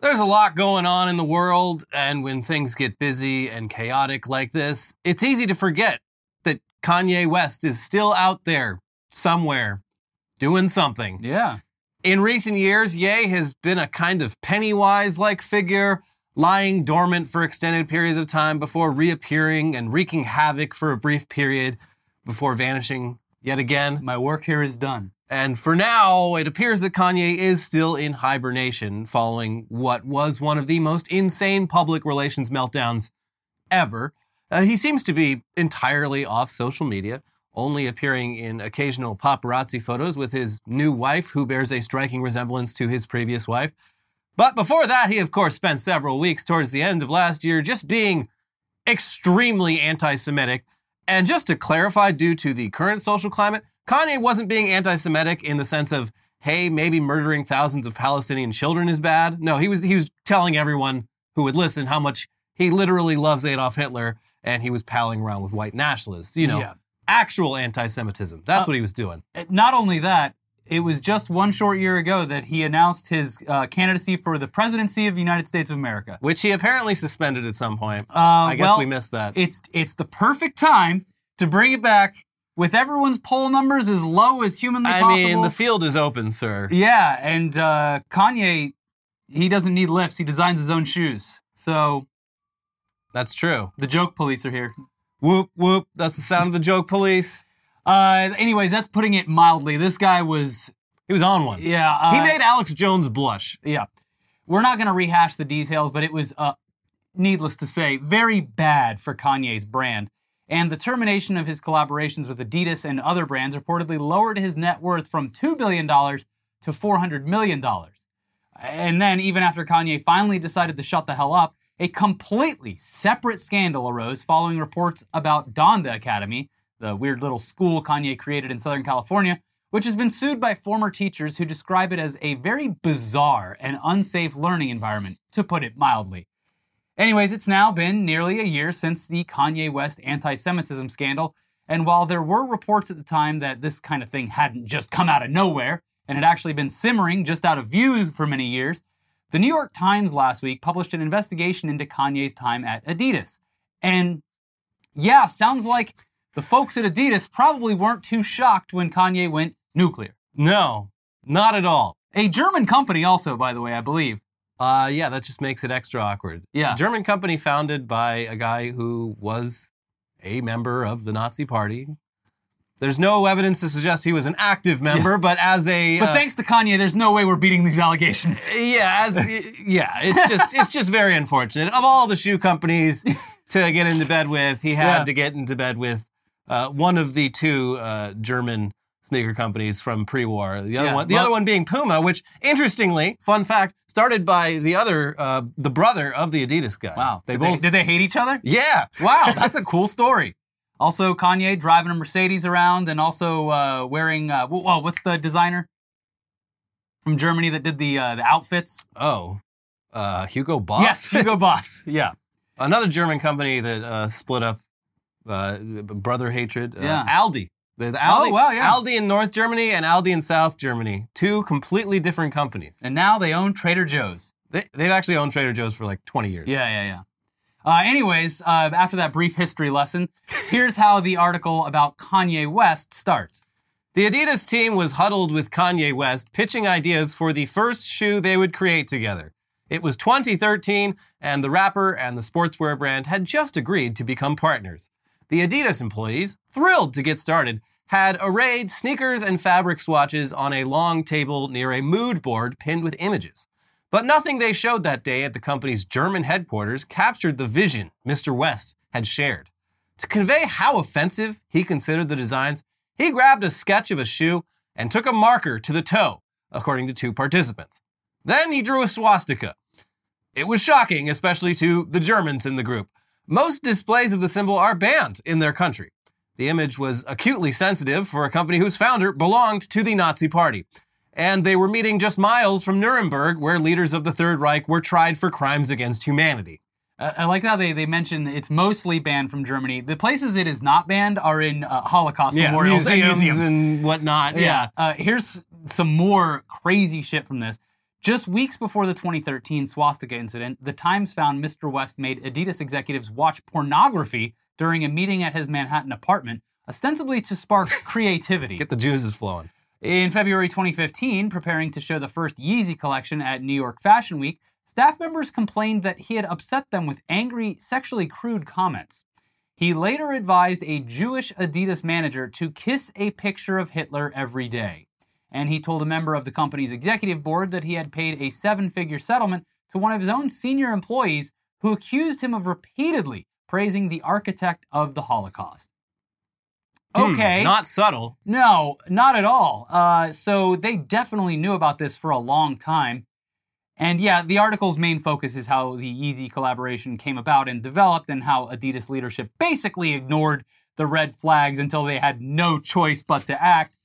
There's a lot going on in the world, and when things get busy and chaotic like this, it's easy to forget that Kanye West is still out there somewhere doing something. Yeah. In recent years, Ye has been a kind of Pennywise like figure, lying dormant for extended periods of time before reappearing and wreaking havoc for a brief period before vanishing yet again. My work here is done. And for now, it appears that Kanye is still in hibernation following what was one of the most insane public relations meltdowns ever. Uh, he seems to be entirely off social media, only appearing in occasional paparazzi photos with his new wife, who bears a striking resemblance to his previous wife. But before that, he, of course, spent several weeks towards the end of last year just being extremely anti Semitic. And just to clarify, due to the current social climate, Kanye wasn't being anti Semitic in the sense of, hey, maybe murdering thousands of Palestinian children is bad. No, he was, he was telling everyone who would listen how much he literally loves Adolf Hitler and he was palling around with white nationalists, you know, Yeah. actual anti Semitism. That's what he was doing. Uh, Not only that, it was just one short year ago that he announced his uh, candidacy for the presidency of the United States of America. which he apparently suspended at some point. Uh, I guess well, we missed that. It's it's the perfect time to bring it back with everyone's poll numbers as low as humanly I possible. mean, the field is open, sir. yeah, and uh, Kanye, he doesn't need lifts. He designs his own shoes. So That's true. the joke police are here. Whoop, whoop. That's the sound of the joke police. Uh, anyways, that's putting it mildly. This guy was, He was on one. yeah. Uh, he made Alex Jones blush. Yeah. We're not going to rehash the details, but it was, uh, needless to say, very bad for Kanye's brand. And the termination of his collaborations with Adidas and other brands reportedly lowered his net worth from $2 billion to $400 million. And then, even after Kanye finally decided to shut the hell up, a completely separate scandal arose following reports about Donda Academy, the weird little school Kanye created in Southern California, which has been sued by former teachers who describe it as a very bizarre and unsafe learning environment, to put it mildly. Anyways, it's now been nearly a year since the Kanye West anti Semitism scandal, and while there were reports at the time that this kind of thing hadn't just come out of nowhere and had actually been simmering just out of view for many years, the New York Times last week published an investigation into Kanye's time at Adidas. And yeah, sounds like the folks at Adidas probably weren't too shocked when Kanye went nuclear. No, not at all. A German company, also, by the way, I believe. Uh, yeah, that just makes it extra awkward. Yeah. German company founded by a guy who was a member of the Nazi Party. There's no evidence to suggest he was an active member, but as a But uh, thanks to Kanye, there's no way we're beating these allegations. Yeah, as, yeah. It's just it's just very unfortunate. Of all the shoe companies to get into bed with, he had Yeah. to get into bed with uh, one of the two uh, German sneaker companies from pre-war. The other Yeah, one, the well- other one being Puma, which interestingly, fun fact, started by the other uh, the brother of the Adidas guy. Wow. they did both. did they hate each other? yeah, Wow, that's a cool story. Also, Kanye driving a Mercedes around and also uh, wearing, uh, wh- whoa, what's the designer from Germany that did the, uh, the outfits? Oh, uh, Hugo Boss. Yes, Hugo Boss. Yeah. another German company that uh, split up uh, b- brother hatred. Uh, Yeah. Aldi. The, the Aldi, Oh, wow, yeah. Aldi in North Germany and Aldi in South Germany. Two completely different companies. And now they own Trader Joe's. They, they've actually owned Trader Joe's for like 20 years. Yeah, yeah, yeah. Uh, anyways, uh, after that brief history lesson, here's how the article about Kanye West starts. The Adidas team was huddled with Kanye West, pitching ideas for the first shoe they would create together. It was 2013, and the rapper and the sportswear brand had just agreed to become partners. The Adidas employees, thrilled to get started, had arrayed sneakers and fabric swatches on a long table near a mood board pinned with images. But nothing they showed that day at the company's German headquarters captured the vision Mr. West had shared. To convey how offensive he considered the designs, he grabbed a sketch of a shoe and took a marker to the toe, according to two participants. Then he drew a swastika. It was shocking, especially to the Germans in the group. Most displays of the symbol are banned in their country. The image was acutely sensitive for a company whose founder belonged to the Nazi Party. And they were meeting just miles from Nuremberg, where leaders of the Third Reich were tried for crimes against humanity. Uh, I like how they, they mention it's mostly banned from Germany. The places it is not banned are in uh, Holocaust memorials and museums. and whatnot. yeah. Uh, here's some more crazy shit from this. Just weeks before the 2013 swastika incident, the Times found Mr. West made Adidas executives watch pornography during a meeting at his Manhattan apartment, ostensibly to spark creativity. Get the juices flowing. In February 2015, preparing to show the first Yeezy collection at New York Fashion Week, staff members complained that he had upset them with angry, sexually crude comments. He later advised a Jewish Adidas manager to kiss a picture of Hitler every day. And he told a member of the company's executive board that he had paid a seven figure settlement to one of his own senior employees who accused him of repeatedly praising the architect of the Holocaust. Hmm, Okay. not subtle. No, not at all. Uh, so they definitely knew about this for a long time. And yeah, the article's main focus is how the Yeezy collaboration came about and developed, and how Adidas leadership basically ignored the red flags until they had no choice but to act.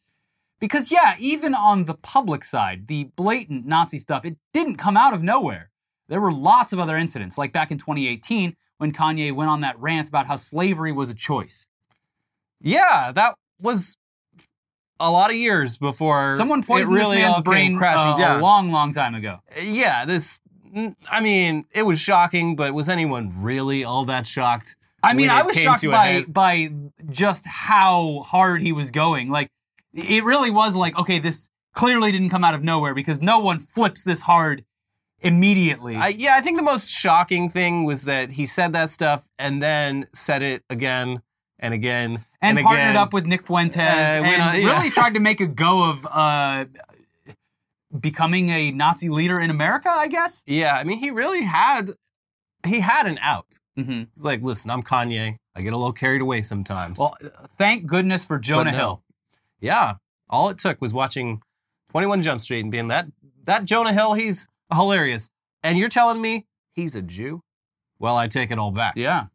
Because yeah, even on the public side, the blatant Nazi stuff, it didn't come out of nowhere. There were lots of other incidents, like back in 2018 when Kanye went on that rant about how slavery was a choice. Yeah, that was a lot of years before Someone poisoned it really this all man's came brain crashing uh, down. a long, long time ago. yeah, this. n- I mean, it was shocking, but was anyone really all that shocked? I mean, when I it was came shocked to a by head? by just how hard he was going. Like, it really was like, okay, this clearly didn't come out of nowhere because no one flips this hard immediately. I, yeah, I think the most shocking thing was that he said that stuff and then said it again and again and, and, partnered again. up with Nick Fuentes Uh, and went on- yeah. really tried to make a go of uh, becoming a Nazi leader in America. I guess. Yeah, I mean, he really had he had an out. Mm-hmm. He's like, listen, I'm Kanye. I get a little carried away sometimes. Well, thank goodness for Jonah no. Hill. yeah, all it took was watching 21 Jump Street and being that that Jonah Hill. He's hilarious, and you're telling me he's a Jew? Well, I take it all back. Yeah.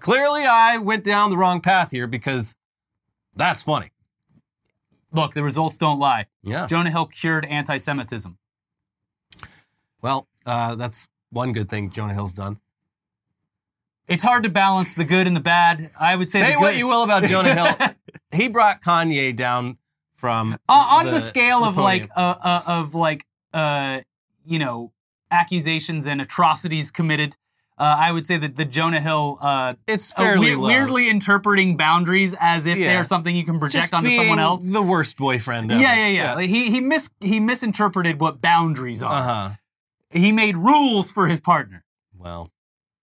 Clearly, I went down the wrong path here because that's funny. Look, the results don't lie. Yeah. Jonah Hill cured anti-Semitism. Well, uh, that's one good thing Jonah Hill's done. It's hard to balance the good and the bad. I would say. Say the what good- you will about Jonah Hill, he brought Kanye down from Uh, on the, scale of the like uh, uh, of like uh, you know accusations and atrocities committed, uh, I would say that the Jonah Hill uh, it's uh, fairly we- low. weirdly interpreting boundaries as if Yeah. they're something you can project Just onto someone being else. The worst boyfriend. yeah, Ever. yeah, yeah. Like, he he mis he misinterpreted what boundaries are. Uh huh. He made rules for his partner, Well,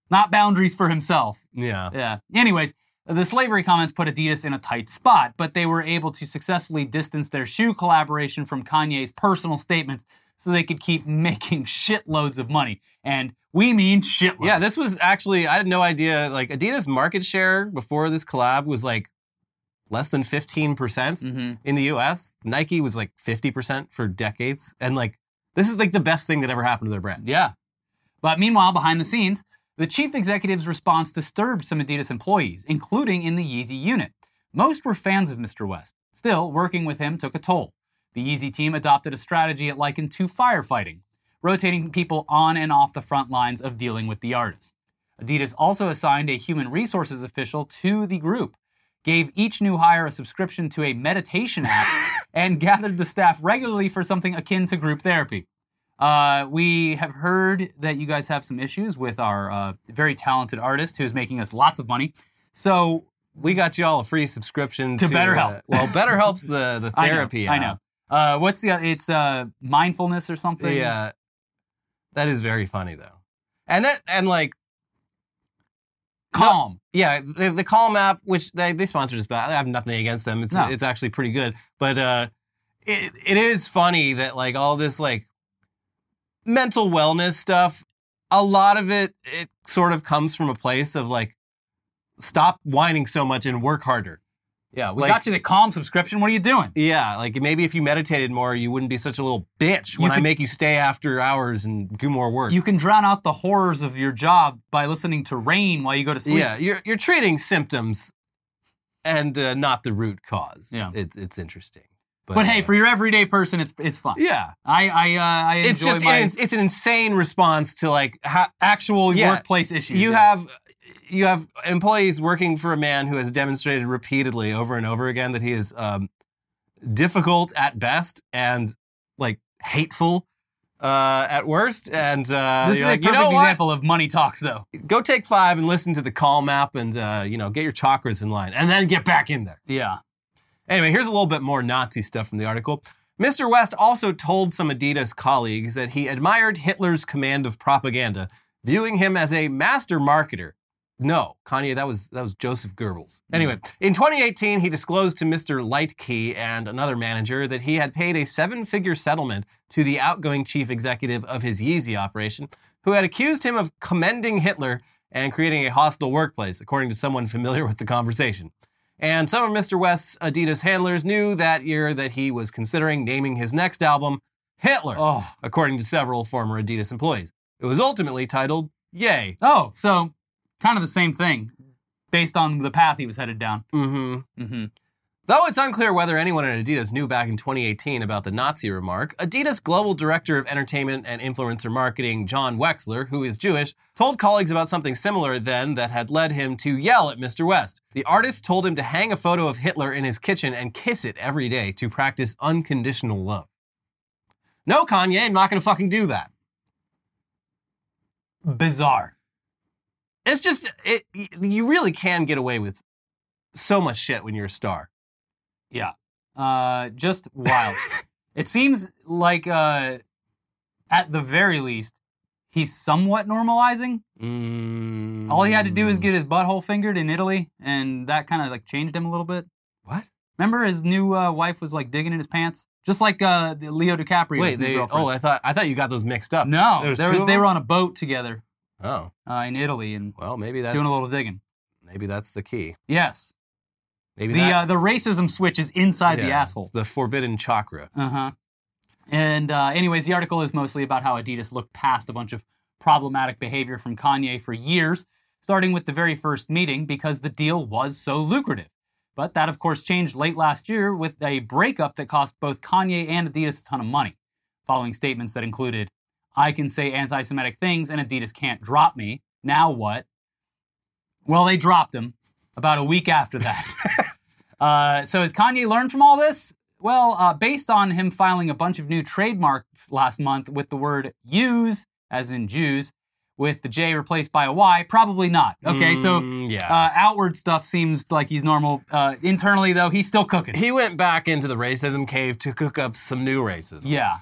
not boundaries for himself. yeah. Yeah. Anyways, the slavery comments put Adidas in a tight spot, but they were able to successfully distance their shoe collaboration from Kanye's personal statements so they could keep making shitloads of money. And we mean shitloads. Yeah, this was actually, I had no idea. Like, Adidas market share before this collab was like less than 15% percent Mhm. in the US. Nike was like 50% for decades. And like, this is like the best thing that ever happened to their brand. Yeah. But meanwhile, behind the scenes, the chief executive's response disturbed some Adidas employees, including in the Yeezy unit. Most were fans of Mr. West. Still, working with him took a toll. The Yeezy team adopted a strategy it likened to firefighting, rotating people on and off the front lines of dealing with the artist. Adidas also assigned a human resources official to the group, gave each new hire a subscription to a meditation app, and gathered the staff regularly for something akin to group therapy. Uh, we have heard that you guys have some issues with our uh, very talented artist who's making us lots of money. So We got you all a free subscription To BetterHelp. uh, well, BetterHelp's the, the therapy. I know. I know. Uh, what's the? It's uh, mindfulness or something. Yeah. That is very funny, though. And that, and like, Calm. Yeah, the, the Calm app, which they, they sponsored us, but I have nothing against them. It's No. it's actually pretty good. But uh, it it is funny that like all this like mental wellness stuff, a lot of it it sort of comes from a place of like stop whining so much and work harder. Yeah. We Like- got you the calm subscription. What are you doing? Yeah, like maybe if you meditated more, you wouldn't be such a little bitch when You I could- make you stay after hours and do more work. You can drown out the horrors of your job by listening to rain while you go to sleep. Yeah, you're you're treating symptoms and uh, not the root cause. Yeah. it's it's interesting. But hey, uh, for your everyday person, it's it's fun. Yeah, I I uh, I enjoy it's just my it's, it's an insane response to like how actual Yeah. workplace issues. you Yeah. have you have employees working for a man who has demonstrated repeatedly over and over again that he is um, difficult at best and like hateful uh, at worst. And uh, This is you're a like, perfect you know what? example of money talks, though. Go take five and listen to the call map, and uh, you know, get your chakras in line, and then get back in there. Yeah. Anyway, here's a little bit more Nazi stuff from the article. Mr. West also told some Adidas colleagues that he admired Hitler's command of propaganda, viewing him as a master marketer. No, Kanye, that was that was Joseph Goebbels. Anyway, in 2018, he disclosed to Mr. Lightkey and another manager that he had paid a seven-figure settlement to the outgoing chief executive of his Yeezy operation, who had accused him of commending Hitler and creating a hostile workplace, according to someone familiar with the conversation. And some of Mr. West's Adidas handlers knew that year that he was considering naming his next album Hitler, Oh. according to several former Adidas employees. It was ultimately titled Yay. Oh, so kind of the same thing based on the path he was headed down. hmm Mm-hmm. Though it's unclear whether anyone at Adidas knew back in 2018 about the Nazi remark, Adidas global director of entertainment and influencer marketing, John Wexler, who is Jewish, told colleagues about something similar then that had led him to yell at Mr. West. The artist told him to hang a photo of Hitler in his kitchen and kiss it every day to practice unconditional love. No, Kanye, I'm not gonna fucking do that. Bizarre. It's just, it, y- you really can get away with so much shit when you're a star. Uh, just wild. it seems like, uh, at the very least, he's somewhat normalizing. All he had to do Mm. is get his butthole fingered in Italy, and that kind of like changed him a little bit. What? Remember, his new uh, wife was like digging in his pants, just like uh, the Leo DiCaprio. Wait, they, oh, I thought I thought you got those mixed up. no, there was there two was, of they them? were on a boat together Oh, uh, in Italy and well, maybe that's doing a little digging. maybe that's the key. Yes, Maybe the that, uh, the racism switch is inside the yeah, asshole. the forbidden chakra. Uh huh. And uh, anyways, the article is mostly about how Adidas looked past a bunch of problematic behavior from Kanye for years, starting with the very first meeting because the deal was so lucrative. But that, of course, changed late last year with a breakup that cost both Kanye and Adidas a ton of money, following statements that included, I can say anti Semitic things and Adidas can't drop me. Now what? Well, they dropped him about a week after that. uh, so has Kanye learned from all this? Well, uh, based on him filing a bunch of new trademarks last month with the word use, as in Jews, with the J replaced by a Y, probably not. Okay, so Mm, yeah, uh, outward stuff seems like he's normal. Uh, internally, though, he's still cooking. he went back into the racism cave to cook up some new racism. Yeah.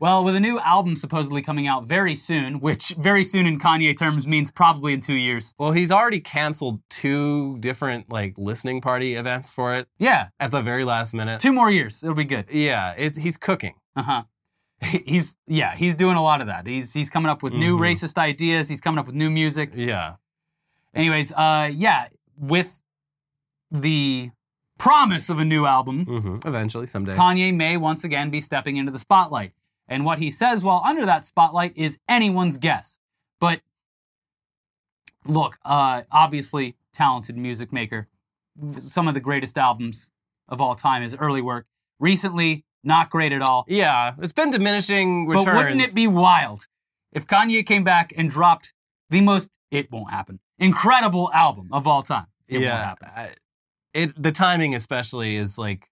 Well, with a new album supposedly coming out very soon, which very soon in Kanye terms means probably in two years. Well, he's already canceled two different like listening party events for it Yeah, at the very last minute. two more years. It'll be good. Yeah, it's he's cooking. Uh huh. He's yeah, he's doing a lot of that. He's he's coming up with new Mhm. racist ideas. He's coming up with new music. Yeah, Anyways, uh, yeah, with the promise of a new album, hmm eventually someday. Kanye may once again be stepping into the spotlight. And what he says while under that spotlight is anyone's guess. But look, uh, obviously, talented music maker. Some of the greatest albums of all time is early work. Recently, not great at all. yeah, it's been diminishing returns. But wouldn't it be wild if Kanye came back and dropped the most, it won't happen, incredible album of all time? It won't yeah, happen. I- it the timing especially is like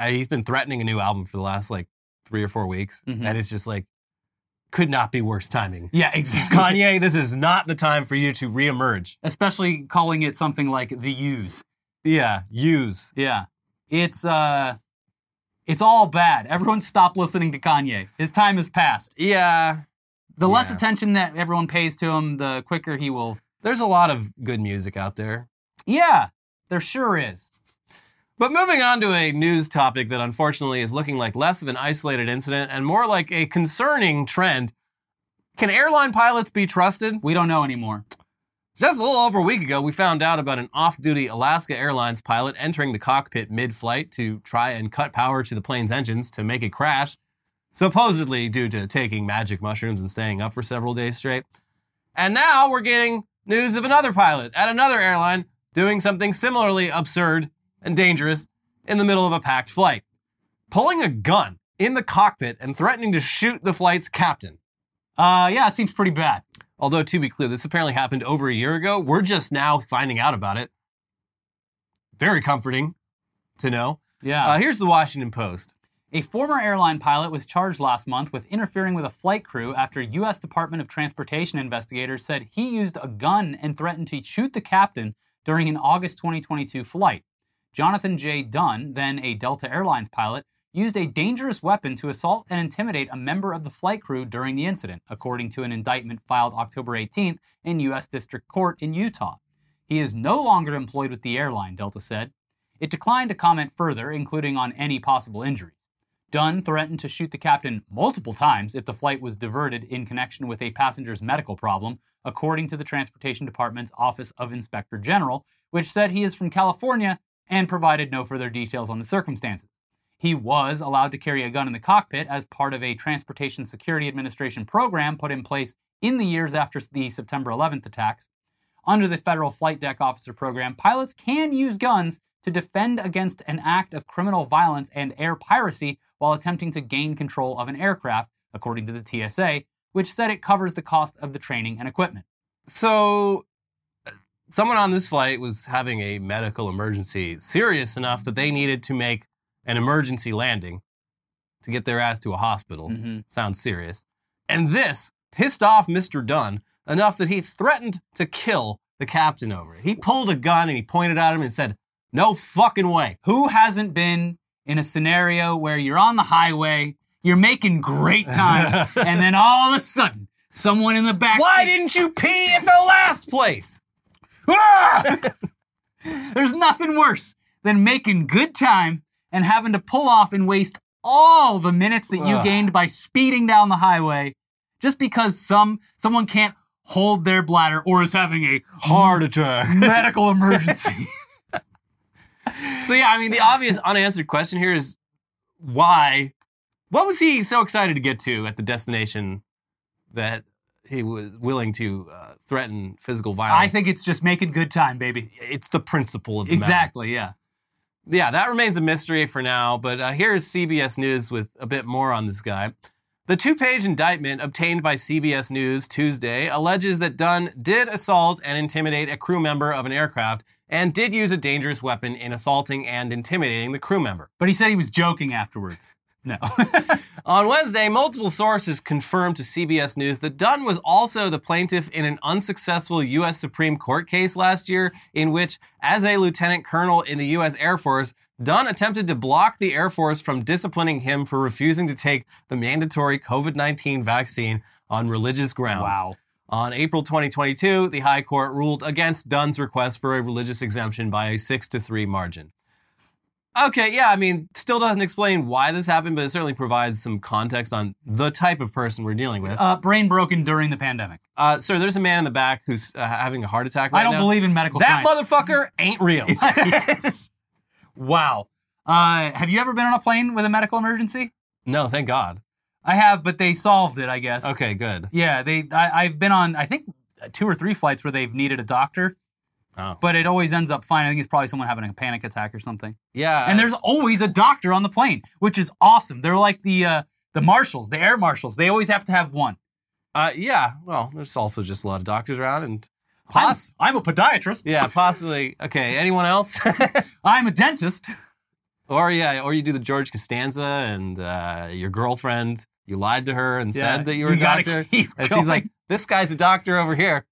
I- he's been threatening a new album for the last like three or four weeks, Mhm. and it's just like could not be worse timing. Yeah, exactly. Kanye, this is not the time for you to reemerge. Especially calling it something like The Use. Yeah, use. Yeah. It's uh it's all bad. Everyone stop listening to Kanye. His time has passed. Yeah, The less Yeah. attention that everyone pays to him, the quicker he will there's a lot of good music out there. Yeah, there sure is. But moving on to a news topic that unfortunately is looking like less of an isolated incident and more like a concerning trend. Can airline pilots be trusted? We don't know anymore. Just a little over a week ago, we found out about an off duty Alaska Airlines pilot entering the cockpit mid flight to try and cut power to the plane's engines to make it crash, supposedly due to taking magic mushrooms and staying up for several days straight. And now we're getting news of another pilot at another airline doing something similarly absurd and dangerous in the middle of a packed flight pulling a gun in the cockpit and threatening to shoot the flight's captain. Uh yeah, it seems pretty bad. Although, to be clear, this apparently happened over a year ago. We're just now finding out about it. Very comforting to know. Yeah. Uh, here's the Washington Post. A former airline pilot was charged last month with interfering with a flight crew after U.S. Department of Transportation investigators said he used a gun and threatened to shoot the captain during an August 2022 flight. Jonathan J. Dunn, then a Delta Airlines pilot, used a dangerous weapon to assault and intimidate a member of the flight crew during the incident, according to an indictment filed October 18th in U.S. District Court in Utah. He is no longer employed with the airline, Delta said. It declined to comment further, including on any possible injuries. Dunn threatened to shoot the captain multiple times if the flight was diverted in connection with a passenger's medical problem, according to the Transportation Department's Office of Inspector General, which said he is from California and provided no further details on the circumstances. He was allowed to carry a gun in the cockpit as part of a Transportation Security Administration program put in place in the years after the September 11th attacks. Under the Federal Flight Deck Officer Program, pilots can use guns to defend against an act of criminal violence and air piracy while attempting to gain control of an aircraft, according to the TSA, which said it covers the cost of the training and equipment. So, uh, someone on this flight was having a medical emergency serious enough that they needed to make an emergency landing to get their ass to a hospital. Mhm. Sounds serious. And this pissed off Mr. Dunn enough that he threatened to kill the captain over it. He pulled a gun and he pointed at him and said, No fucking way. Who hasn't been in a scenario where you're on the highway, you're making great time, and then all of a sudden, someone in the back Why seat- didn't you pee at the last place? Ah! There's nothing worse than making good time and having to pull off and waste all the minutes that you Ugh. gained by speeding down the highway just because some someone can't hold their bladder or is having a Heart attack. medical emergency. So, yeah, I mean, the obvious unanswered question here is why? What was he so excited to get to at the destination that he was willing to uh, threaten physical violence? I think it's just making good time, baby. it's the principle of the matter. Exactly, yeah. yeah, that remains a mystery for now, but uh, here's CBS News with a bit more on this guy. The two page indictment obtained by CBS News Tuesday alleges that Dunn did assault and intimidate a crew member of an aircraft and did use a dangerous weapon in assaulting and intimidating the crew member. But he said he was joking afterwards. No. On Wednesday, multiple sources confirmed to CBS News that Dunn was also the plaintiff in an unsuccessful U.S. Supreme Court case last year, in which, as a lieutenant colonel in the U.S. Air Force, Dunn attempted to block the Air Force from disciplining him for refusing to take the mandatory COVID 19 vaccine on religious grounds. wow. On April 2022, the High Court ruled against Dunn's request for a religious exemption by a 6 to 3 margin. Okay, yeah, I mean, still doesn't explain why this happened, but it certainly provides some context on the type of person we're dealing with. Uh, brain broken during the pandemic. Uh, sir, there's a man in the back who's uh, having a heart attack right I don't now. believe in medical that science. motherfucker ain't real. wow. Uh, have you ever been on a plane with a medical emergency? no, thank God. I have, but they solved it, I guess. Okay, good. Yeah, they. I, I've been on, I think, two or three flights where they've needed a doctor, Oh. but it always ends up fine. I think it's probably someone having a panic attack or something. Yeah. and there's always a doctor on the plane, which is awesome. They're like the uh, the marshals, the air marshals. They always have to have one. uh, yeah, well, there's also just a lot of doctors around and poss- I'm, I'm a podiatrist. yeah, possibly. Okay, anyone else? I'm a dentist. Or yeah, or you do the George Costanza and uh, your girlfriend. You lied to her and said that you were a gotta doctor, keep and going. she's like, "This guy's a doctor over here."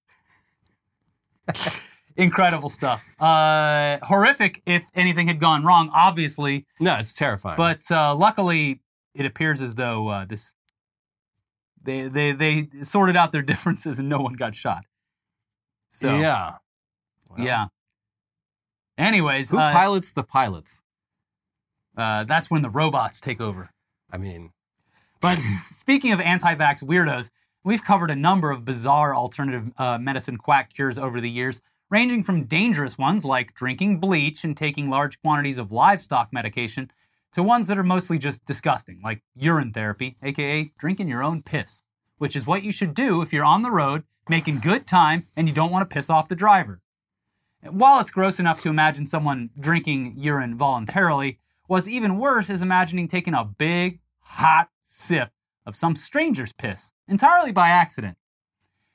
incredible stuff. Uh, horrific if anything had gone wrong, obviously. No, it's terrifying. But uh, luckily, it appears as though uh, this they they they sorted out their differences and no one got shot. So yeah, yeah, Well, Anyways, Who uh, pilots the pilots? uh, that's when the robots take over. I mean, But speaking of anti-vax weirdos, we've covered a number of bizarre alternative uh, medicine quack cures over the years, ranging from dangerous ones like drinking bleach and taking large quantities of livestock medication to ones that are mostly just disgusting, like urine therapy, aka drinking your own piss, which is what you should do if you're on the road making good time and you don't want to piss off the driver. While it's gross enough to imagine someone drinking urine voluntarily, what's even worse is imagining taking a big, hot sip of some stranger's piss entirely by accident.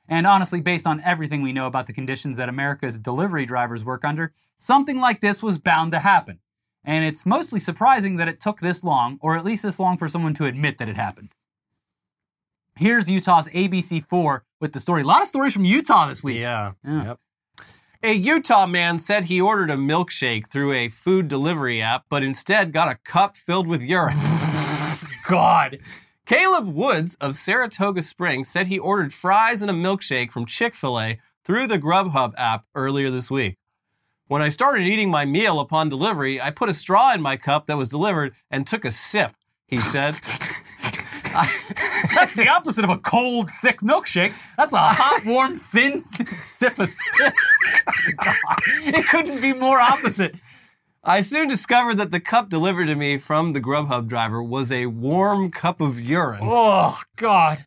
And honestly, based on everything we know about the conditions that America's delivery drivers work under, something like this was bound to happen. And it's mostly surprising that it took this long, or at least this long for someone to admit that it happened. Here's Utah's ABC4 with the story. A lot of stories from Utah this week. Yeah. Yeah. Yep. A Utah man said he ordered a milkshake through a food delivery app, but instead got a cup filled with urine. God. Caleb Woods of Saratoga Springs said he ordered fries and a milkshake from Chick fil A through the Grubhub app earlier this week. When I started eating my meal upon delivery, I put a straw in my cup that was delivered and took a sip, he said. That's the opposite of a cold, thick milkshake. That's a hot, warm, thin sip of piss. God, it couldn't be more opposite. I soon discovered that the cup delivered to me from the Grubhub driver was a warm cup of urine. Oh, God.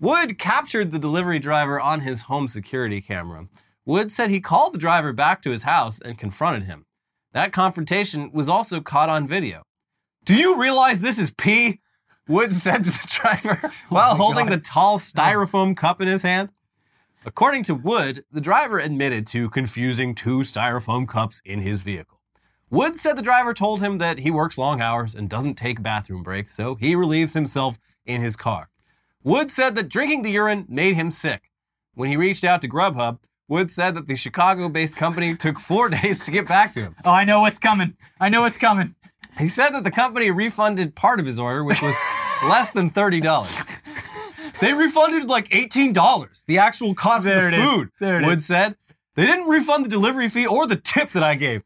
Wood captured the delivery driver on his home security camera. Wood said he called the driver back to his house and confronted him. That confrontation was also caught on video. Do you realize this is pee? Wood said to the driver while holding the tall styrofoam cup in his hand. According to Wood, the driver admitted to confusing two styrofoam cups in his vehicle. Wood said the driver told him that he works long hours and doesn't take bathroom breaks, so he relieves himself in his car. Wood said that drinking the urine made him sick. When he reached out to Grubhub, Wood said that the Chicago based company took four days to get back to him. Oh, I know what's coming. I know what's coming. He said that the company refunded part of his order, which was less than $30. They refunded like $18, the actual cost There of it the is. food, There it Wood is. said. They didn't refund the delivery fee or the tip that I gave.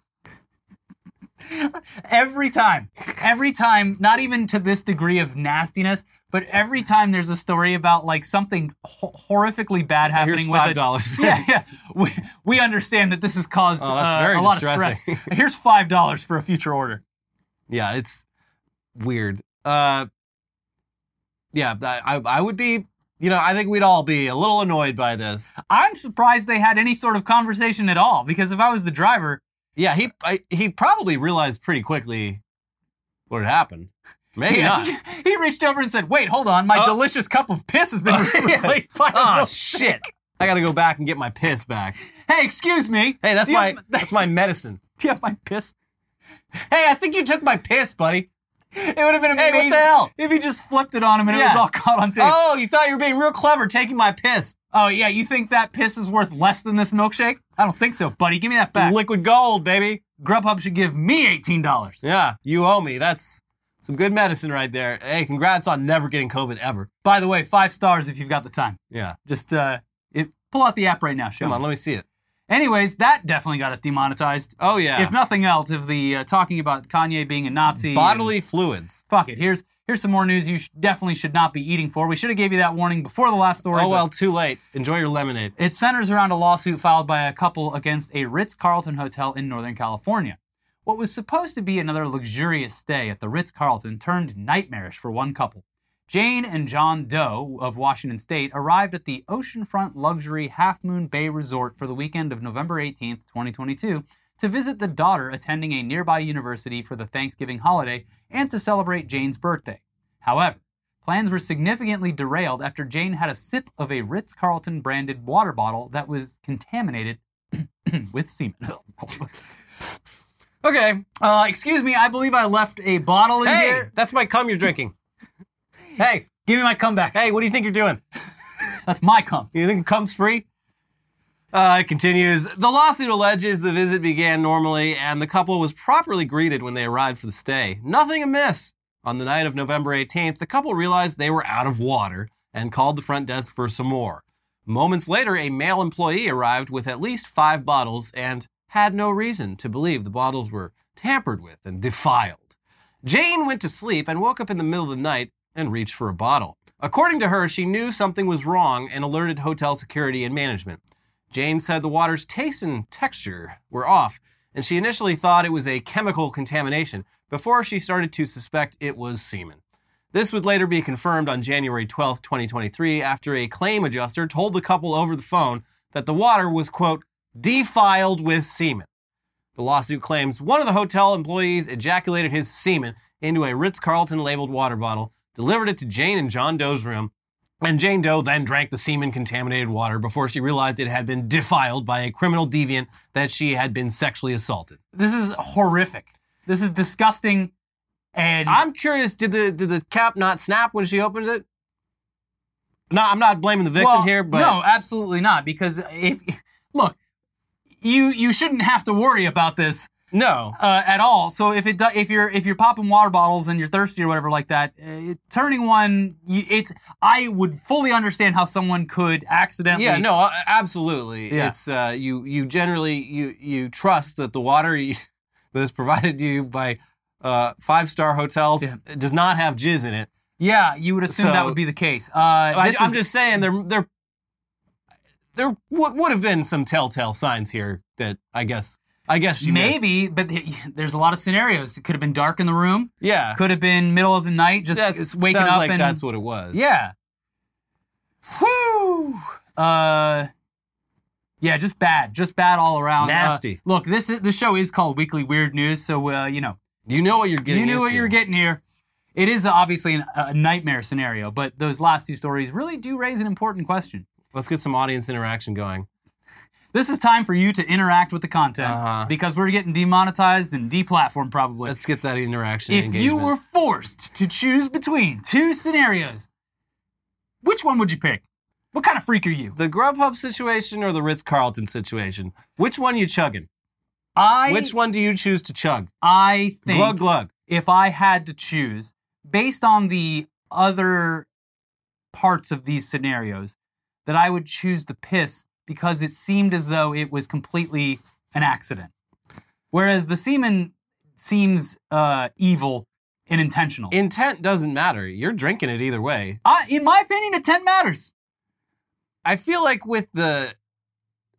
Every time, every time, not even to this degree of nastiness, but every time there's a story about like something ho- horrifically bad happening Here's with $5. it. yeah, yeah. We, we understand that this has caused Oh, that's uh, very a lot distressing. of stress. Here's five dollars for a future order. yeah, it's weird. Uh, yeah, I, I would be, you know, I think we'd all be a little annoyed by this. I'm surprised they had any sort of conversation at all because if I was the driver, Yeah, he I, he probably realized pretty quickly what had happened. Maybe he, not. he reached over and said, "Wait, hold on, my Oh. delicious cup of piss has been replaced by a Ah, milk." shit! I gotta go back and get my piss back. Hey, excuse me. Hey, that's Do you my have- that's my medicine. Do you have my piss? Hey, I think you took my piss, buddy. It would have been Hey, amazing. what the hell? If you just flipped it on him and it was Yeah. all caught on tape. Oh. Oh, you thought you were being real clever taking my piss. yeah, you think that piss is worth less than this milkshake? I don't think so, buddy. Give me that back. Liquid gold, baby. Grubhub should give me eighteen dollars. Yeah, you owe me. That's some good medicine right there. Hey, congrats on never getting COVID ever. By the way, five stars if you've got the time. Yeah, Just uh, it, pull out the app right now. Show come me. on, let me see it. Anyways, that definitely got us demonetized. Oh yeah, If nothing else, if the uh, talking about Kanye being a Nazi, and- bodily fluids. fuck it. Here's here's some more news you sh- definitely should not be eating for. We should have gave you that warning before the last story. Oh but- well, too late. Enjoy your lemonade. It centers around a lawsuit filed by a couple against a Ritz Carlton hotel in Northern California. What was supposed to be another luxurious stay at the Ritz Carlton turned nightmarish for one couple. Jane and John Doe of Washington State arrived at the oceanfront luxury Half Moon Bay Resort for the weekend of November 18th, 2022, to visit the daughter attending a nearby university for the Thanksgiving holiday and to celebrate Jane's birthday. However, Plans were significantly derailed after Jane had a sip of a Ritz Carlton branded water bottle that was contaminated with semen. Okay. uh, excuse me, I believe I left a bottle in Hey, here. that's my cum you're drinking. hey, Give me my comeback. hey, what do you think you're doing? That's my cum. You think cum's free? Uh, it continues. The lawsuit alleges the visit began normally and the couple was properly greeted when they arrived for the stay. Nothing amiss. On the night of November 18th, the couple realized they were out of water and called the front desk for some more. Moments later, a male employee arrived with at least five bottles and had no reason to believe the bottles were tampered with and defiled. Jane went to sleep and woke up in the middle of the night and reached for a bottle. According to her, she knew something was wrong and alerted hotel security and management. Jane said the water's taste and texture were off, and she initially thought it was a chemical contamination before she started to suspect it was semen. This would later be confirmed on January 12, 2023, after a claim adjuster told the couple over the phone that the water was, quote, defiled with semen. The lawsuit claims one of the hotel employees ejaculated his semen into a Ritz Carlton labeled water bottle, delivered it to Jane and John Doe's room, and Jane Doe then drank the semen contaminated water before she realized it had been defiled by a criminal deviant that she had been sexually assaulted. This is horrific. This is disgusting. And I'm curious, did the did the cap not snap when she opened it? No, I'm not blaming the victim well, here, but no, absolutely not. Because if look, you you shouldn't have to worry about this no. uh, at all. So if it do, if you're if you're popping water bottles and you're thirsty or whatever like that, uh, turning one, you, it's I would fully understand how someone could accidentally. Yeah, no, uh, absolutely. Yeah. It's uh, you. You generally you you trust that the water you, that is provided you by uh, five star hotels Yeah. does not have jizz in it. Yeah, you would assume that So- would be the case. Uh, I, this I'm is- just saying there there there w- would have been some telltale signs here that I guess I guess she missed. maybe, but th- there's a lot of scenarios. It could have been dark in the room. yeah. Could have been middle of the night, just That's waking sounds up like and that's what it was. yeah. Whew. Uh, yeah, just bad, just bad all around. Uh, Nasty. look, this is, this show is called Weekly Weird News, so uh, you know You know what you're getting. you knew what into. you were getting here. It is obviously an, a nightmare scenario, but those last two stories really do raise an important question. Let's get some audience interaction going. This is time for you to interact with the content Uh-huh. because we're getting demonetized and deplatformed probably. Let's get that interaction. if you engagement. were forced to choose between two scenarios, which one would you pick? What kind of freak are you? the Grubhub situation or the Ritz Carlton situation, which one you chugging? I Which one do you choose to chug? I think Glug glug. if I had to choose, based on the other parts of these scenarios, that I would choose the piss because it seemed as though it was completely an accident. Whereas the semen seems uh, evil and intentional. In, Intent doesn't matter. You're drinking it either way. I, in my opinion, intent matters. I feel like with the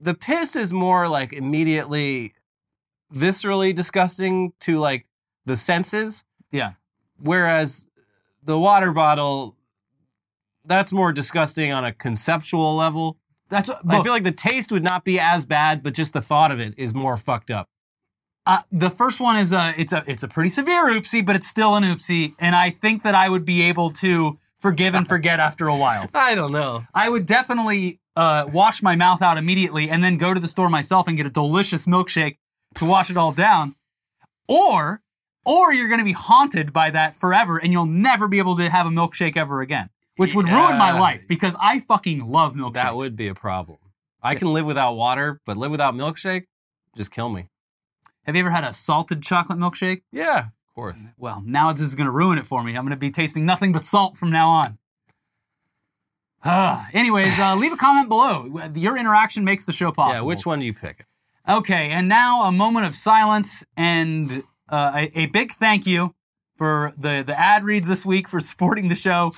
the piss is more like immediately viscerally disgusting to like the senses. Yeah. Whereas the water bottle that's more disgusting on a conceptual level. That's what, I feel like the taste would not be as bad, but just the thought of it is more fucked up. Uh, the first one is a it's a it's a pretty severe oopsie, but it's still an oopsie, and I think that I would be able to forgive and forget after a while. I don't know. I would definitely uh, wash my mouth out immediately and then go to the store myself and get a delicious milkshake to wash it all down. Or, or you're going to be haunted by that forever and you'll never be able to have a milkshake ever again, which would ruin my Yeah. life because I fucking love milkshakes. That would be a problem. I can live without water, but live without milkshake, just kill me. Have you ever had a salted chocolate milkshake? Yeah, of course. Well, now this is going to ruin it for me. I'm going to be tasting nothing but salt from now on. Ah, anyways, uh, leave a comment below. Your interaction makes the show possible. Yeah, which one do you pick? Okay, and now a moment of silence and uh, a, a big thank you for the, the ad reads this week for supporting the show.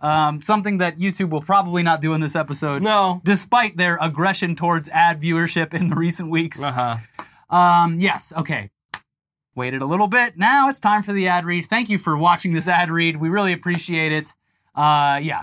Um, something that YouTube will probably not do in this episode, No. despite their aggression towards ad viewership in the recent weeks. Uh huh. Um, yes, okay. Waited a little bit. Now it's time for the ad read. Thank you for watching this ad read. We really appreciate it. Uh, yeah.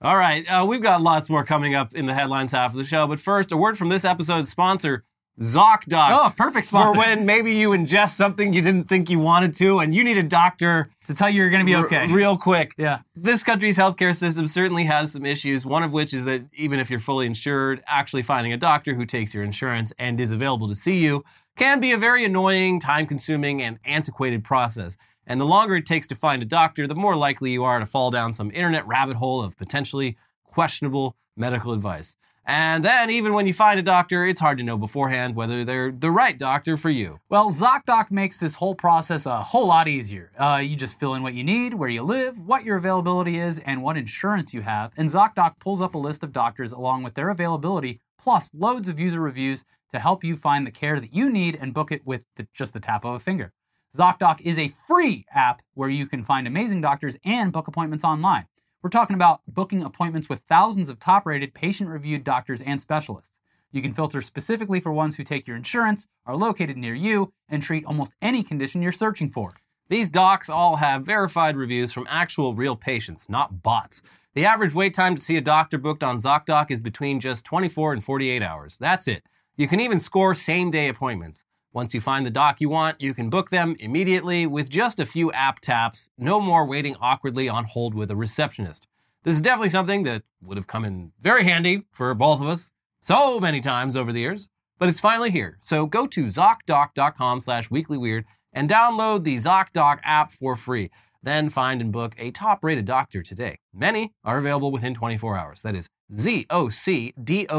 All right, uh, we've got lots more coming up in the headlines half of the show, but first, a word from this episode's sponsor, ZocDoc. Oh, perfect For sponsor when maybe you ingest something you didn't think you wanted to, and you need a doctor to tell you you're going to be r- okay. real quick. yeah. This country's healthcare system certainly has some issues, one of which is that even if you're fully insured, actually finding a doctor who takes your insurance and is available to see you can be a very annoying, time consuming, and antiquated process. And the longer it takes to find a doctor, the more likely you are to fall down some internet rabbit hole of potentially questionable medical advice. And then, even when you find a doctor, it's hard to know beforehand whether they're the right doctor for you. Well, ZocDoc makes this whole process a whole lot easier. Uh, you just fill in what you need, where you live, what your availability is, and what insurance you have, and ZocDoc pulls up a list of doctors along with their availability, plus loads of user reviews to help you find the care that you need and book it with the, just the tap of a finger. ZocDoc is a free app where you can find amazing doctors and book appointments online. We're talking about booking appointments with thousands of top rated, patient reviewed doctors and specialists. You can filter specifically for ones who take your insurance, are located near you, and treat almost any condition you're searching for. These docs all have verified reviews from actual real patients, not bots. The average wait time to see a doctor booked on ZocDoc is between just 24 and 48 hours. That's it. You can even score same day appointments. Once you find the doc you want, you can book them immediately with just a few app taps, no more waiting awkwardly on hold with a receptionist. This is definitely something that would have come in very handy for both of us so many times over the years, but it's finally here. So go to ZocDoc.com slash weeklyweird and download the ZocDoc app for free. Then find and book a top rated doctor today. Many are available within 24 hours. That is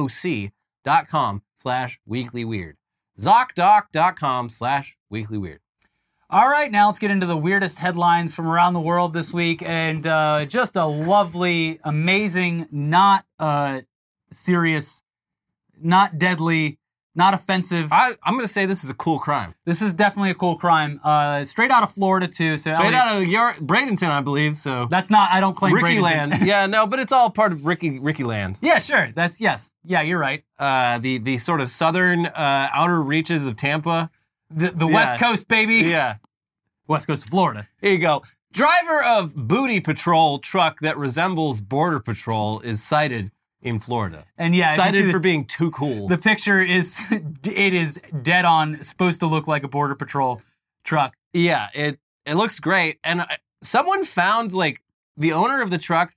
zocdoc.com slash weekly weird. ZocDoc.com slash weekly weird. All right, now let's get into the weirdest headlines from around the world this week, and uh, just a lovely, amazing, not uh, serious, not deadly, not offensive. I, I'm going to say this is a cool crime. this is definitely a cool crime. Uh, straight out of Florida too. So Straight Elliot- out of your, Bradenton, I believe. So that's not. I don't claim Ricky Bradenton. Land. yeah, no, but it's all part of Ricky Ricky Land. Yeah, sure. That's yes. Yeah, you're right. Uh, the the sort of southern uh, outer reaches of Tampa. The, the Yeah. West Coast, baby. Yeah. West Coast of Florida. Here you go. Driver of booty patrol truck that resembles border patrol is cited in Florida. And yeah, if you see cited the- for being too cool. The picture is it is dead on supposed to look like a border patrol truck. yeah, it it looks great. And I, someone found like the owner of the truck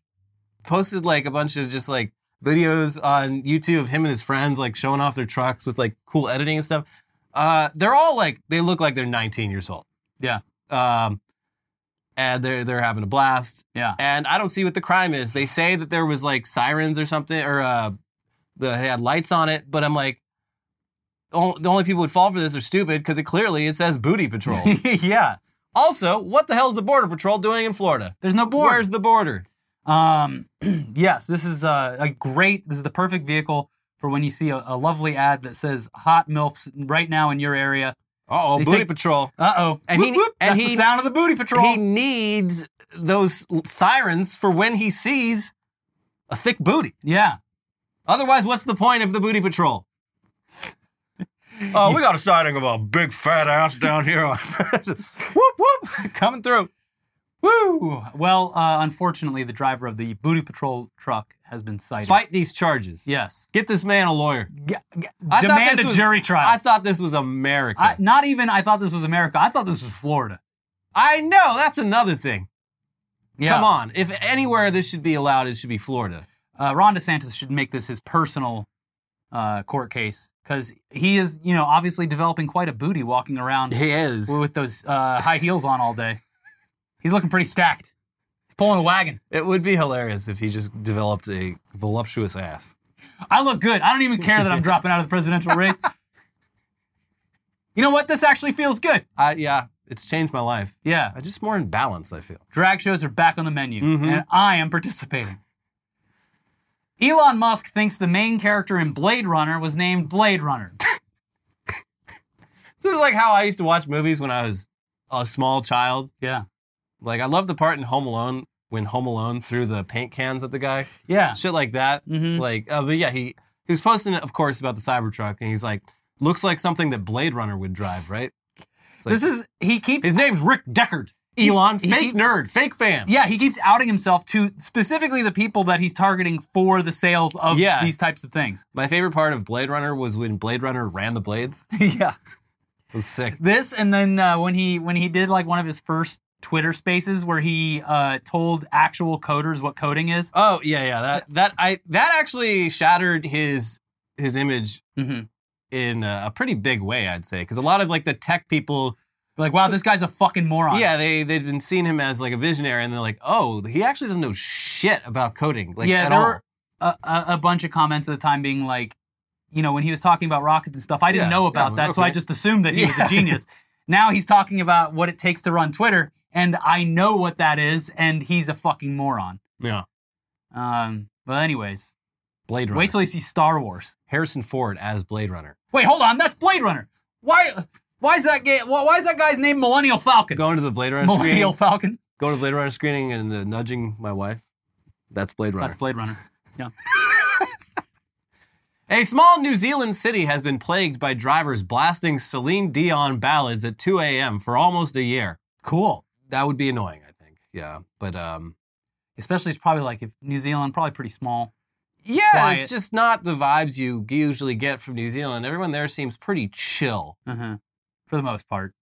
posted like a bunch of just like videos on YouTube of him and his friends like showing off their trucks with like cool editing and stuff. Uh, they're all like they look like they're 19 years old. Yeah. Um, and they're they're having a blast. Yeah. And I don't see what the crime is. They say that there was like sirens or something, or uh, the, they had lights on it. But I'm like, o- the only people who'd fall for this are stupid because it clearly it says booty patrol. yeah. also, what the hell is the border patrol doing in Florida? There's no border. Where's the border? Um, yes, this is a, a great. This is the perfect vehicle for when you see a, a lovely ad that says "hot milfs" right now in your area. Oh, They booty take- patrol. Uh oh, And he- and That's he- the sound of the booty patrol. He needs those sirens for when he sees a thick booty. yeah, Otherwise, what's the point of the booty patrol? Oh, we got a sighting of a big fat ass down here. On whoop whoop, coming through. woo. Well, uh, unfortunately, the driver of the booty patrol truck has been cited. Fight these charges. Yes, Get this man a lawyer. G- g- I thought demand this a was- jury trial. I thought this was America. I, I, not even. I thought this was America. I thought this was Florida. know that's another thing. Yeah. Come on, if anywhere this should be allowed, it should be Florida. uh, Ron DeSantis should make this his personal uh, court case because he is, you know, obviously developing quite a booty walking around He is. with those uh, high heels on all day. He's looking pretty stacked. He's pulling a wagon. It would be hilarious if he just developed a voluptuous ass. I look good. I don't even care that I'm dropping out of the presidential race. You know what? This actually feels good. I, yeah, it's changed my life. Yeah. I just more in balance. I feel. Drag shows are back on the menu, Mhm. and I am participating. Elon Musk thinks the main character in Blade Runner was named Blade Runner. This is like how I used to watch movies when I was a small child. Yeah. Like I love the part in Home Alone when Home Alone threw the paint cans at the guy. Yeah. Shit like that. Mm-hmm. Like, uh, but yeah, he he was posting, of course, about the Cybertruck, and he's like, looks like something that Blade Runner would drive, right? It's like, this is he keeps his name's Rick Deckard. Elon, he fake keeps- nerd, fake fan. yeah he keeps outing himself to specifically the people that he's targeting for the sales of Yeah. these types of things. My favorite part of Blade Runner was when Blade Runner ran the blades. yeah, It was sick. this and then uh, when he when he did like one of his first Twitter Spaces where he uh, told actual coders what coding is. Oh yeah, yeah. That that I that actually shattered his his image Mm-hmm. in a, a pretty big way, I'd say, because a lot of like the tech people, Like wow, this guy's a fucking moron. yeah, they they'd been seeing him as like a visionary, and they're like, oh, he actually doesn't know shit about coding, like yeah. at there all. were a, a, a bunch of comments at the time being like, you know, when he was talking about rockets and stuff, I didn't Yeah, know yeah, about well, that, so I okay. just assumed that he was a Yeah. genius. Now he's talking about what it takes to run Twitter, and I know what that is, and he's a fucking moron. yeah, Um, well, anyways, Blade Runner. wait till you see Star Wars. Harrison Ford as Blade Runner. Wait, hold on, that's Blade Runner. Why? Why is that gay? Why, why is that guy's name Millennial Falcon? Going to the Blade Runner Millennial screening. Falcon. Going to the Blade Runner screening and uh, nudging my wife. That's Blade Runner. That's Blade Runner. A small New Zealand city has been plagued by drivers blasting Celine Dion ballads at 2 a.m. for almost a year. Cool. That would be annoying, I think. Yeah, but um, Especially, it's probably like if New Zealand, probably pretty small. yeah, Quiet. it's just not the vibes you usually get from New Zealand. Everyone there seems pretty chill. Uh-huh. For the most part.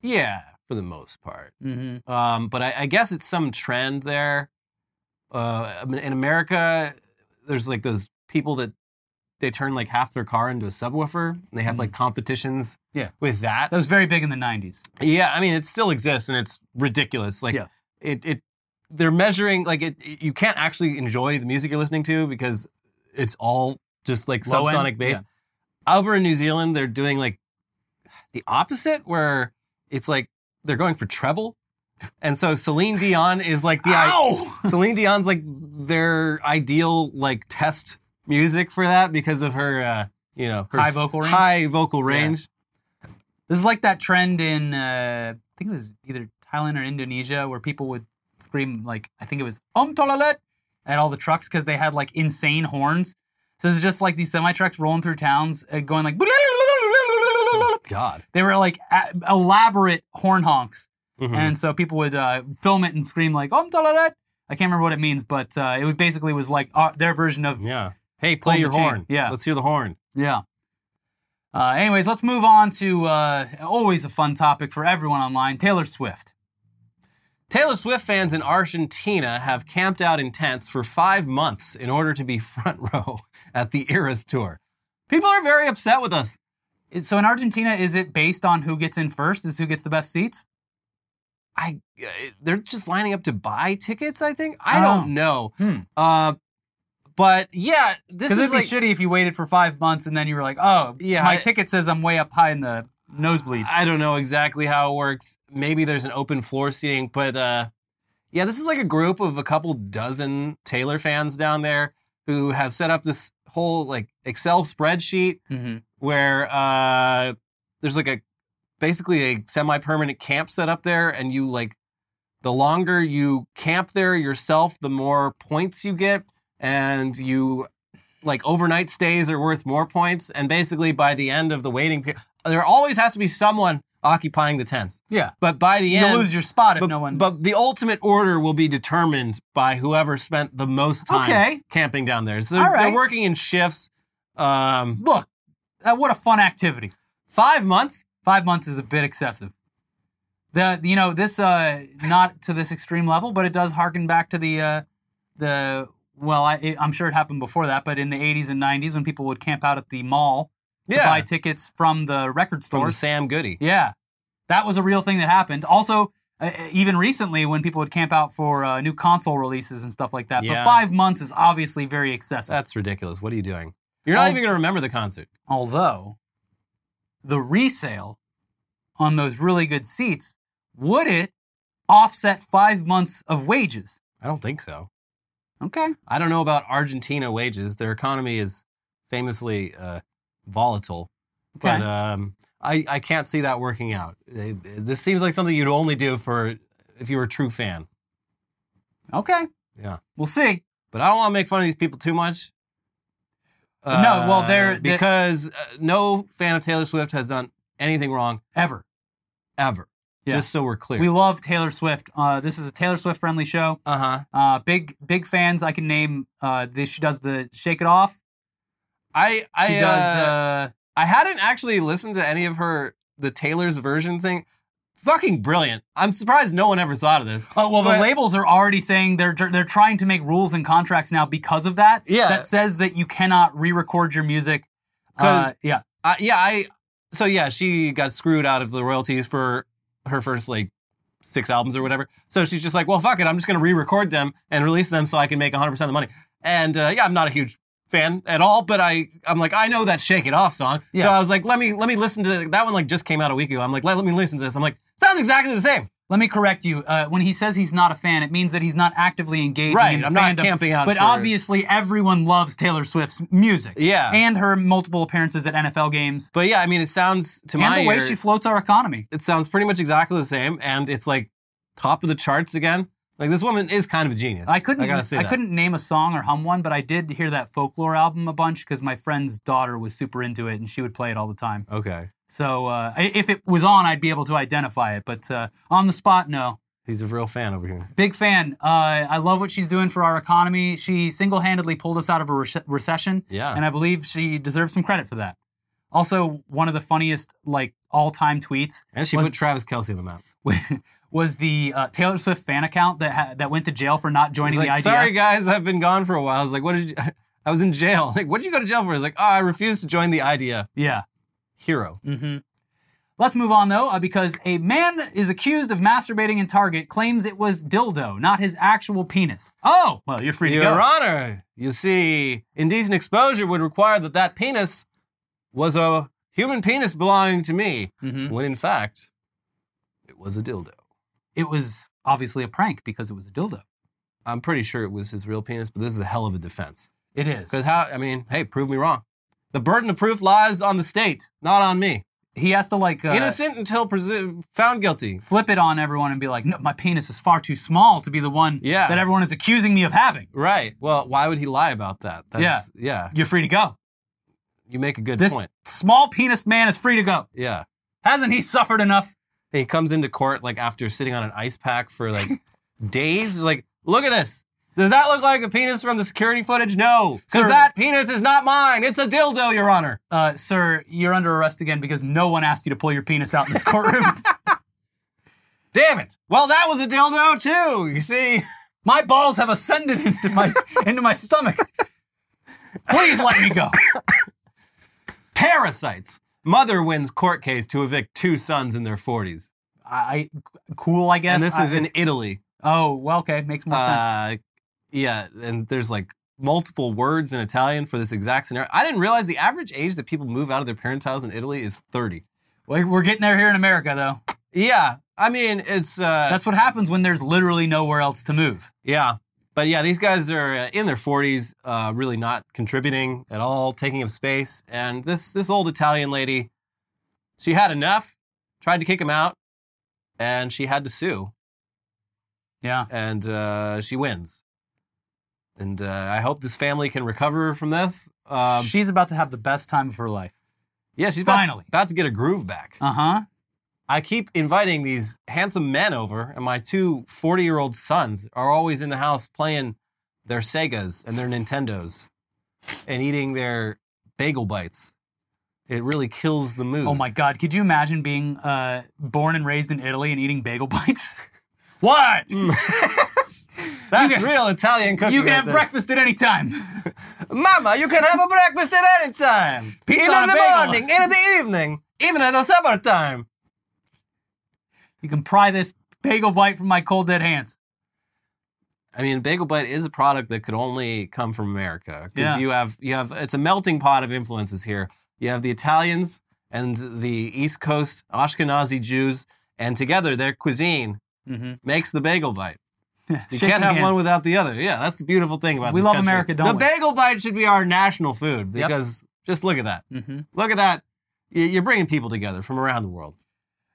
Yeah, for the most part. Mm-hmm. Um, but I, I guess it's some trend there. Uh, I mean, in America, there's like those people that they turn like half their car into a subwoofer. And they have like competitions Yeah. with that. That was very big in the 90s. Yeah, I mean it still exists and it's ridiculous. Like Yeah. it it they're measuring like it, it- you can't actually enjoy the music you're listening to because it's all just like Low end? subsonic bass. Over in New Zealand, they're doing like the opposite where it's like they're going for treble. And so Celine Dion is like the i- Ow! Celine Dion's like their ideal like test music for that because of her uh, you know her High s- vocal range? high vocal range. This is like that trend in, uh, I think it was either Thailand or Indonesia, where people would scream, like, I think it was Om Tolalet at all the trucks because they had like insane horns. So it's just like these semi trucks rolling through towns uh, going like, God. they were like a- elaborate horn honks. Mhm. And so people would uh, film it and scream like Om Tolalet. I can't remember what it means, but uh, it was basically was like uh, their version of Yeah. Hey, play Hold your the chain. horn. Yeah. Let's hear the horn. Yeah. Uh, anyways, let's move on to uh, always a fun topic for everyone online Taylor Swift. Taylor Swift fans in Argentina have camped out in tents for five months in order to be front row at the Eras tour. People are very upset with us. Is- So in Argentina, is it based on who gets in first? Is who gets the best seats? I, uh, they're just lining up to buy tickets. I think I Oh. don't know. Hmm. Uh, but yeah, this Because it'd is be like, shitty if you waited for five months and then you were like, oh, Yeah, my I- ticket says I'm way up high in the nosebleeds. I don't know exactly how it works. Maybe there's an open floor seating, but uh, yeah, this is like a group of a couple dozen Taylor fans down there who have set up this whole like Excel spreadsheet Mhm. where uh, there's like a basically a semi-permanent camp set up there, and you like the longer you camp there yourself, the more points you get, and you like overnight stays are worth more points. And basically, by the end of the waiting period, there always has to be someone occupying the tents. Yeah. But by the You'll end, lose your spot if but, no one. but the ultimate order will be determined by whoever spent the most time Okay. camping down there. So they're, All right. they're working in shifts. Um, Look, uh, what a fun activity. five months. Five months is a bit excessive. The you know this uh not to this extreme level, but it does harken back to the uh the well I it, I'm sure it happened before that, but in the 80s and 90s when people would camp out at the mall to buy tickets from the record from the stores. Sam Goody. yeah, that was a real thing that happened. Also, uh, even recently when people would camp out for uh, new console releases and stuff like that. But Yeah. five months is obviously very excessive. That's ridiculous. What are you doing? You're not I'll- even going to remember the concert. Although the resale on those really good seats, would it offset five months of wages? I don't think so. Okay. I don't know about Argentina wages. Their economy is famously uh, volatile, Okay. but um, I, I can't see that working out. It- it- this seems like something you'd only do for if you were a true fan. okay. Yeah. We'll see. But I don't want to make fun of these people too much. Uh, No, well, they're- they're- because uh, no fan of Taylor Swift has done anything wrong Ever. ever. Yeah. Just so we're clear. We love Taylor Swift. Uh, this is a Taylor Swift friendly show. uh huh. Uh, big big fans. I can name. Uh, this, she does the Shake It Off. I I She does. uh, Uh, I hadn't actually listened to any of her the Taylor's version thing. Fucking brilliant! I'm surprised no one ever thought of this. oh well, the but- labels are already saying they're they're trying to make rules and contracts now because of that. Yeah. That says that you cannot re-record your music. 'Cause- Uh, yeah. Uh, yeah, I so yeah, she got screwed out of the royalties for her first like six albums or whatever. So she's just like, well, fuck it, I'm just gonna re-record them and release them so I can make 100 percent of the money. And uh, yeah, I'm not a huge fan at all, but I I'm like I know that Shake It Off song. So Yeah. I was like, let me let me listen to that one. Like just came out a week ago. I'm like, let, let me listen to this. I'm like, sounds exactly the same. Let me correct you. Uh, when he says he's not a fan, it means that he's not actively engaging Right, in I'm fandom. not camping out But for- obviously, everyone loves Taylor Swift's music. Yeah. and her multiple appearances at NFL games, But yeah, I mean, it sounds to my and the way ear, she floats our economy. it sounds pretty much exactly the same, and it's like top of the charts again. Like this woman is kind of a genius. I couldn't. I gotta say that. couldn't name a song or hum one, but I did hear that folklore album a bunch because my friend's daughter was super into it, and she would play it all the time. Okay, So uh, I- if it was on, I'd be able to identify it. But uh, on the spot, no. he's a real fan over here. Big fan. Uh, I love what she's doing for our economy. She single-handedly pulled us out of a rece- recession. Yeah. and I believe she deserves some credit for that. Also, one of the funniest like all-time tweets And she was- put Travis Kelsey on the map. was the uh, Taylor Swift fan account that ha- that went to jail for not joining She's the like, IDF. sorry guys, I've been gone for a while. I was like, what did you? I was in jail. Like, what did you go to jail for? He's like, oh, I refused to join the IDF. Yeah. Hero. Mm-hmm. Let's move on though, uh, because a man is accused of masturbating in Target, claims it was dildo, not his actual penis. Oh, well, you're free to Your go. Honor, you see, indecent exposure would require that that penis was a human penis belonging to me, Mhm. when in fact, it was a dildo. It was obviously a prank because it was a dildo. I'm pretty sure it was his real penis, but this is a hell of a defense. It is. Because how, I mean, hey, prove me wrong. The burden of proof lies on the state, not on me. He has to like uh, Innocent until presu- found guilty. flip it on everyone and be like, no, my penis is far too small to be the one Yeah. that everyone is accusing me of having. Right. Well, why would he lie about that? That's, yeah. You're free to go. You make a good This point. small penis man is free to go. Yeah. Hasn't he suffered enough? And he comes into court like after sitting on an ice pack for like days. He's like, look at this. Does that look like the penis from the security footage? No. Sir- Because that penis is not mine. It's a dildo, Your Honor. Uh, sir, you're under arrest again because no one asked you to pull your penis out in this courtroom. Damn it. Well, that was a dildo too, you see? my balls have ascended into my into my stomach. Please let me go. Parasites. Mother wins court case to evict two sons in their 40s. I I- cool, I guess. and this I- is in Italy. Oh, well, okay, makes more sense. Uh, yeah, and there's like multiple words in Italian for this exact scenario. I didn't realize the average age that people move out of their parents' house in Italy is 30. We're, we're getting there here in America, though. Yeah, I mean it's uh, That's what happens when there's literally nowhere else to move. yeah, but yeah, these guys are uh, in their 40s, uh, really not contributing at all, taking up space. And this this old Italian lady, she had enough, tried to kick him out, and she had to sue, Yeah. and uh, she wins. And uh, I hope this family can recover from this. Um, She's about to have the best time of her life. Yeah, she's about, Finally. about to get a groove back. Uh huh. I keep inviting these handsome men over, and my two 40 year old sons are always in the house playing their Segas and their Nintendos and eating their bagel bites. It really kills the mood. Oh my God. Could you imagine being uh, born and raised in Italy and eating bagel bites? what? Mm. That's You can- real Italian cooking. You can right have there. breakfast at any time. Mama, you can have a breakfast at any time. Pizza in on a the bagel. morning, in the evening, even at the supper time. you can pry this bagel bite from my cold dead hands. I mean, Bagel Bite is a product that could only come from America Yeah. because you have you have it's a melting pot of influences here. You have the Italians and the East Coast Ashkenazi Jews, and together their cuisine Mm-hmm. makes the Bagel Bite. You can't have one without the other. Yeah, that's the beautiful thing about We this love country. America, don't the we? Bagel Bite should be our national food Yep. because just look at that. hmm Look at that. Y- You're bringing people together from around the world.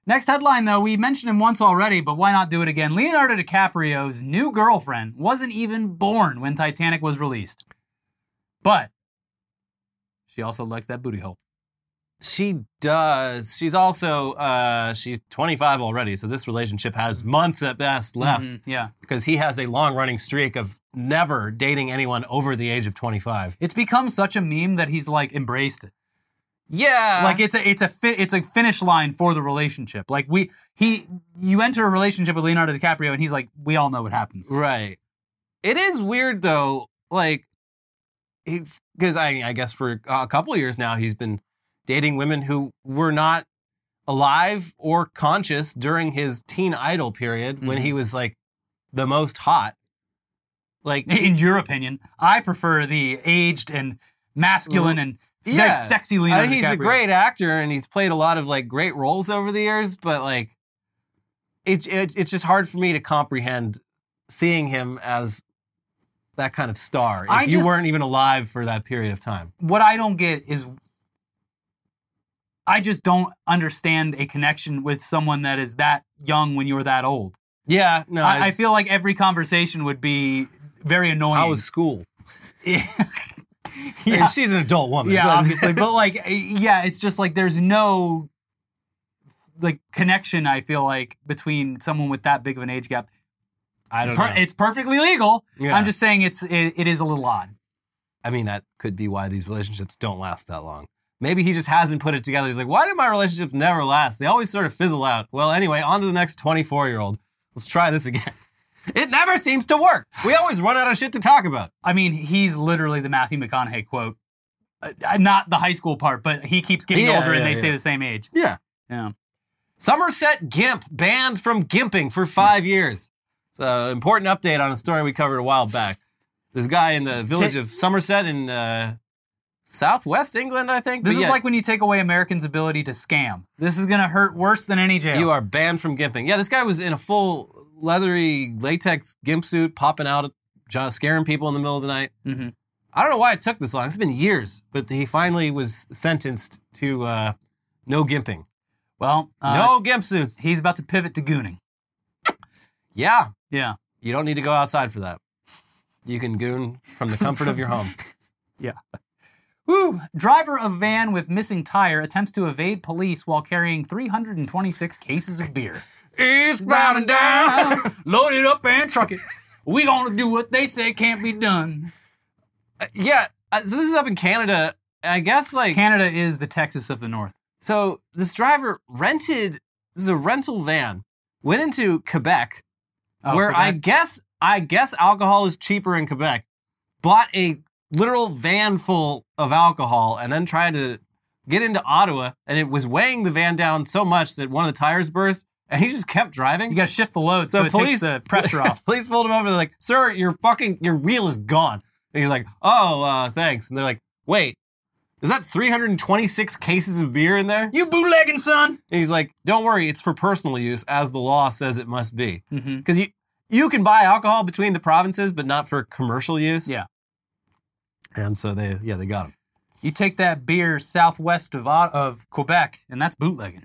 Next headline, though, we mentioned him once already, but why not do it again? Leonardo DiCaprio's new girlfriend wasn't even born when Titanic was released. But she also likes that booty hole. She does. She's also uh, she's 25 already, so this relationship has months at best left. Mhm, Yeah. because he has a long running streak of never dating anyone over the age of 25. It's become such a meme that he's like embraced it. Yeah. like it's a it's a fi- it's a finish line for the relationship. Like we he you enter a relationship with Leonardo DiCaprio and he's like we all know what happens. right. It is weird though, like he because I I guess for a couple of years now he's been dating women who were not alive or conscious during his teen idol period when Mhm. he was like the most hot. Like In your opinion, I prefer the aged and masculine and very Mm-hmm. Yeah. sexy I Leonardo think he's DiCaprio. a great actor and he's played a lot of like great roles over the years, but like it, it it's just hard for me to comprehend seeing him as that kind of star if I you just- weren't even alive for that period of time. what I don't get is I just don't understand a connection with someone that is that young when you're that old. Yeah, no, I, I it's- feel like every conversation would be very annoying. how was school? yeah, And she's an adult woman. yeah, but- obviously, but like, eh, yeah, it's just like there's no like connection. I feel like between someone with that big of an age gap. I don't Per- know. It's perfectly legal. Yeah. I'm just saying it's it, it is a little odd. I mean, that could be why these relationships don't last that long. Maybe he just hasn't put it together. He's like, why do my relationships never last? They always sort of fizzle out. Well, anyway, on to the next 24 year old. Let's try this again. It never seems to work. We always run out of shit to talk about. I mean, he's literally the Matthew McConaughey quote. Uh, uh, not the high school part, but he keeps getting Yeah, older and yeah, they stay yeah. the same age. Yeah. Yeah. Somerset Gimp banned from gimping for five years. It's an important update on a story we covered a while back. This guy in the village of Somerset in uh, southwest England, I think. This But is yeah, like when you take away Americans' ability to scam. This is going to hurt worse than any jail. you are banned from gimping. Yeah, this guy was in a full leathery latex gimp suit, popping out, jo- scaring people in the middle of the night. hmm I don't know why it took this long. It's been years, but he finally was sentenced to uh, no gimping, Well, uh, no gimp suits. he's about to pivot to gooning. Yeah, Yeah. you don't need to go outside for that. You can goon from the comfort of your home. Woo! Driver of van with missing tire attempts to evade police while carrying 326 cases of beer. Eastbound and down. Load it up and truck it. We gonna do what they say can't be done. yeah, uh, so this is up in Canada. I guess like Canada is the Texas of the North. So this driver rented this is a rental van, went into Quebec, Oh, where I Quebec. guess I guess alcohol is cheaper in Quebec, bought a literal van full of alcohol and then tried to get into Ottawa and it was weighing the van down so much that one of the tires burst and he just kept driving. you gotta shift the load so, it takes the pressure off. Police pulled him over. They're like, "Sir, your fucking your wheel is gone." And he's like, "Oh, uh, thanks." And they're like, "Wait, is that 326 cases of beer in there?" You bootlegging, son. And he's like, "Don't worry, it's for personal use, as the law says it must be." Mm-hmm. Because you you can buy alcohol between the provinces, but not for commercial use. Yeah. And so they yeah they got him. You take that beer southwest of Ot- of Quebec, and that's bootlegging.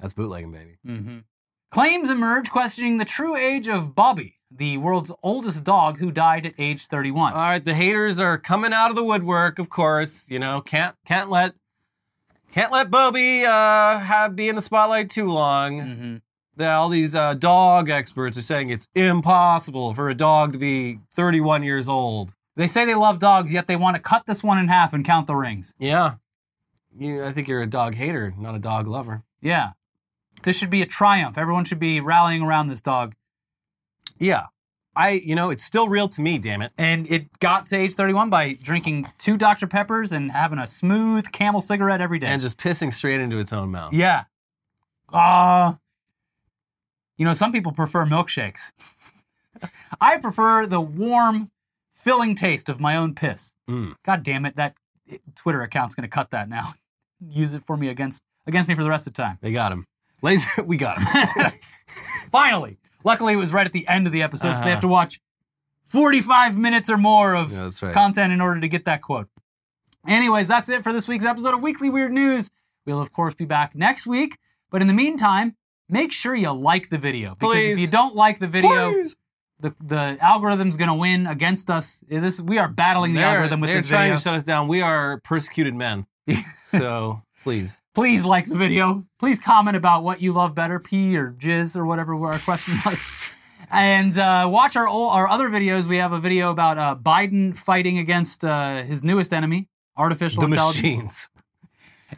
That's bootlegging, baby. Mm-hmm. Claims emerge questioning the true age of Bobby, the world's oldest dog who died at age 31. All right, the haters are coming out of the woodwork. Of course, you know can't can't let can't let Bobby uh, have be in the spotlight too long. mm-hmm. That all these uh, dog experts are saying it's impossible for a dog to be 31 years old. They say they love dogs, yet they want to cut this one in half and count the rings. Yeah. You, I think you're a dog hater, not a dog lover. Yeah. This should be a triumph. Everyone should be rallying around this dog. Yeah. I, you know, it's still real to me, damn it. And it got to age 31 by drinking two Dr. Peppers and having a smooth camel cigarette every day. And just pissing straight into its own mouth. yeah. Uh, you know, some people prefer milkshakes. I prefer the warm, filling taste of my own piss. Mm. God damn it, that Twitter account's going to cut that now. Use it for me against against me for the rest of the time. They got him. Laser, we got him. Finally. Luckily, it was right at the end of the episode, so Uh-huh. they have to watch 45 minutes or more of Yeah, that's right. content in order to get that quote. Anyways, that's it for this week's episode of Weekly Weird News. We'll, of course, be back next week. But in the meantime, make sure you like the video. Because if Please. you don't like the video, Please. the, the algorithm's going to win against us. This We are battling the they're algorithm with they're this trying video. to shut us down. We are persecuted men. so please. please like the video. Please comment about what you love better, pee or jizz or whatever our question was. And uh, watch our ol- our other videos. We have a video about uh, Biden fighting against uh, his newest enemy, artificial The intelligence, machines.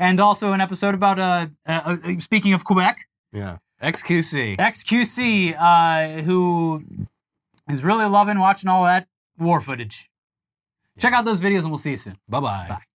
and also an episode about uh, uh, uh, speaking of Quebec, Yeah. XQC. XQC, uh, who is really loving watching all that war footage. Check out those videos, and we'll see you soon. Bye-bye. Bye.